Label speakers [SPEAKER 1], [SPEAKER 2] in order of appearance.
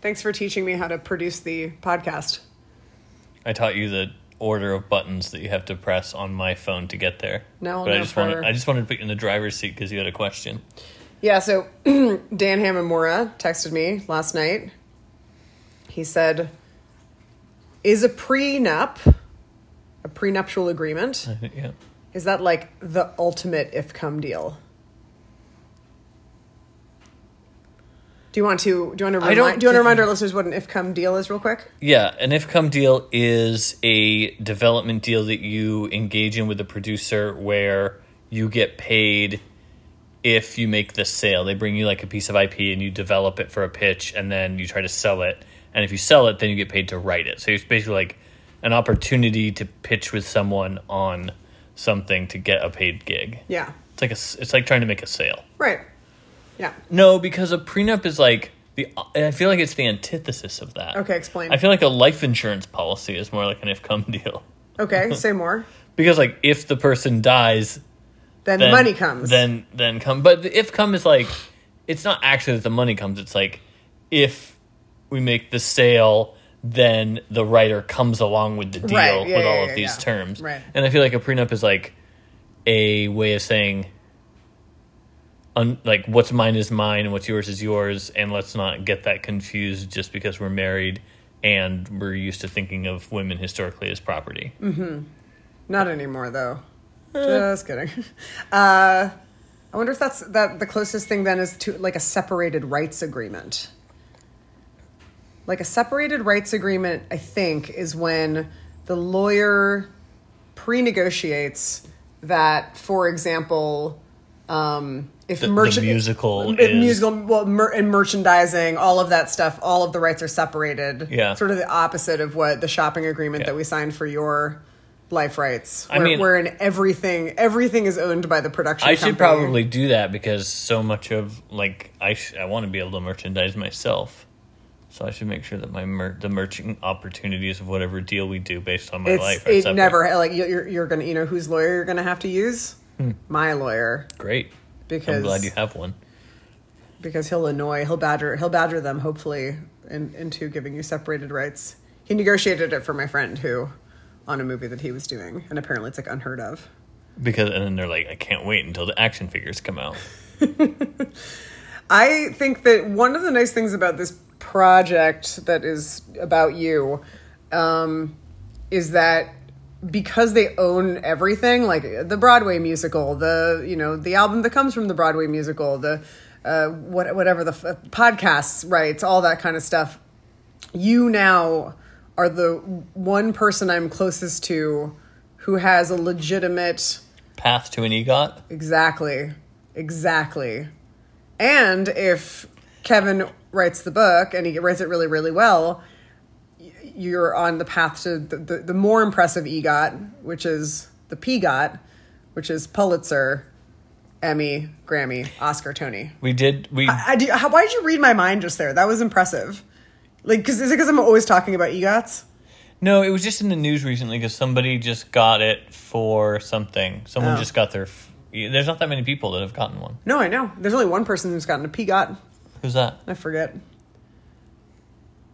[SPEAKER 1] Thanks for teaching me how to produce the podcast.
[SPEAKER 2] I taught you the order of buttons that you have to press on my phone to get there.
[SPEAKER 1] Now I'll
[SPEAKER 2] but I
[SPEAKER 1] know
[SPEAKER 2] just
[SPEAKER 1] for-
[SPEAKER 2] wanted I just wanted to put you in the driver's seat because you had a question.
[SPEAKER 1] Yeah, so Dan Hamamura texted me last night. He said, Is a prenup, a prenuptial agreement,
[SPEAKER 2] yeah.
[SPEAKER 1] is that like the ultimate if come deal? Do you want to do you want to
[SPEAKER 2] I
[SPEAKER 1] remind,
[SPEAKER 2] don't
[SPEAKER 1] do you want to
[SPEAKER 2] think-
[SPEAKER 1] remind our listeners what an if come deal is real quick?
[SPEAKER 2] Yeah, an if come deal is a development deal that you engage in with the producer where you get paid if you make the sale. They bring you like a piece of IP and you develop it for a pitch and then you try to sell it. And if you sell it, then you get paid to write it. So it's basically like an opportunity to pitch with someone on something to get a paid gig.
[SPEAKER 1] Yeah.
[SPEAKER 2] It's like a, s- it's like trying to make a sale.
[SPEAKER 1] Right. Yeah.
[SPEAKER 2] No, because a prenup is like the. I feel like it's the antithesis of that.
[SPEAKER 1] Okay, explain.
[SPEAKER 2] I feel like a life insurance policy is more like an if-come deal
[SPEAKER 1] Okay, say more.
[SPEAKER 2] because like if the person dies,
[SPEAKER 1] Then,
[SPEAKER 2] then
[SPEAKER 1] money comes.
[SPEAKER 2] Then then come, but the if-come is like it's not actually that the money comes. It's like if we make the sale. Then the writer comes along with the deal
[SPEAKER 1] Right, yeah,
[SPEAKER 2] with
[SPEAKER 1] yeah,
[SPEAKER 2] all
[SPEAKER 1] yeah,
[SPEAKER 2] of these
[SPEAKER 1] yeah.
[SPEAKER 2] terms,
[SPEAKER 1] Right.
[SPEAKER 2] and I feel like a prenup is like a way of saying un- like what's mine is mine and what's yours is yours and let's not get that confused just because we're married and we're used to thinking of women historically as property
[SPEAKER 1] Not anymore, though. Just kidding. Uh, I wonder if that's that. The closest thing then is to like a separated rights agreement. Like a separated rights agreement, I think, is when the lawyer pre-negotiates that, for example, um, if
[SPEAKER 2] The- the musical
[SPEAKER 1] if
[SPEAKER 2] is-
[SPEAKER 1] musical, well, mer- and merchandising, all of that stuff, all of the rights are separated.
[SPEAKER 2] Yeah.
[SPEAKER 1] sort of the opposite of what the shopping agreement
[SPEAKER 2] Yeah.
[SPEAKER 1] that we signed for your life rights.
[SPEAKER 2] I
[SPEAKER 1] Where,
[SPEAKER 2] mean-
[SPEAKER 1] wherein everything everything is owned by the production.
[SPEAKER 2] i should
[SPEAKER 1] company.
[SPEAKER 2] probably do that because so much of like i sh- i want to be able to merchandise myself so i should make sure that my mer- the merchant opportunities of whatever deal we do based on my
[SPEAKER 1] It's
[SPEAKER 2] life are
[SPEAKER 1] it
[SPEAKER 2] separate.
[SPEAKER 1] never like you- you're you're gonna you know whose lawyer you're gonna have to use my lawyer
[SPEAKER 2] great
[SPEAKER 1] because
[SPEAKER 2] Hmm. i'm glad you have one
[SPEAKER 1] because he'll annoy he'll badger he'll badger them hopefully in, into giving you separated rights. He negotiated it for my friend who on a movie that he was doing and apparently it's like unheard of.
[SPEAKER 2] because and then they're like i can't wait until the action figures come out
[SPEAKER 1] I think that one of the nice things about this project that is about you um, is that because they own everything, like the Broadway musical, the you know the album that comes from the Broadway musical, the uh, what, whatever the f- podcasts rights, all that kind of stuff. You now are the one person I'm closest to who has a legitimate
[SPEAKER 2] path to an egot
[SPEAKER 1] Exactly. Exactly. And if Kevin writes the book and he writes it really, really well, y- you're on the path to the, the, the more impressive E EGOT, which is the PGOT, which is Pulitzer, Emmy, Grammy, Oscar, Tony.
[SPEAKER 2] we did we
[SPEAKER 1] I do, how, why did you read my mind just there? That was impressive. Like, cause, is it because I'm always talking about E EGOTs?
[SPEAKER 2] No, it was just in the news recently because somebody just got it for something. Someone
[SPEAKER 1] Oh.
[SPEAKER 2] just got their. F- There's not that many people that have gotten one.
[SPEAKER 1] No, I know. There's only one person who's gotten a PGOT.
[SPEAKER 2] Who's that?
[SPEAKER 1] I forget.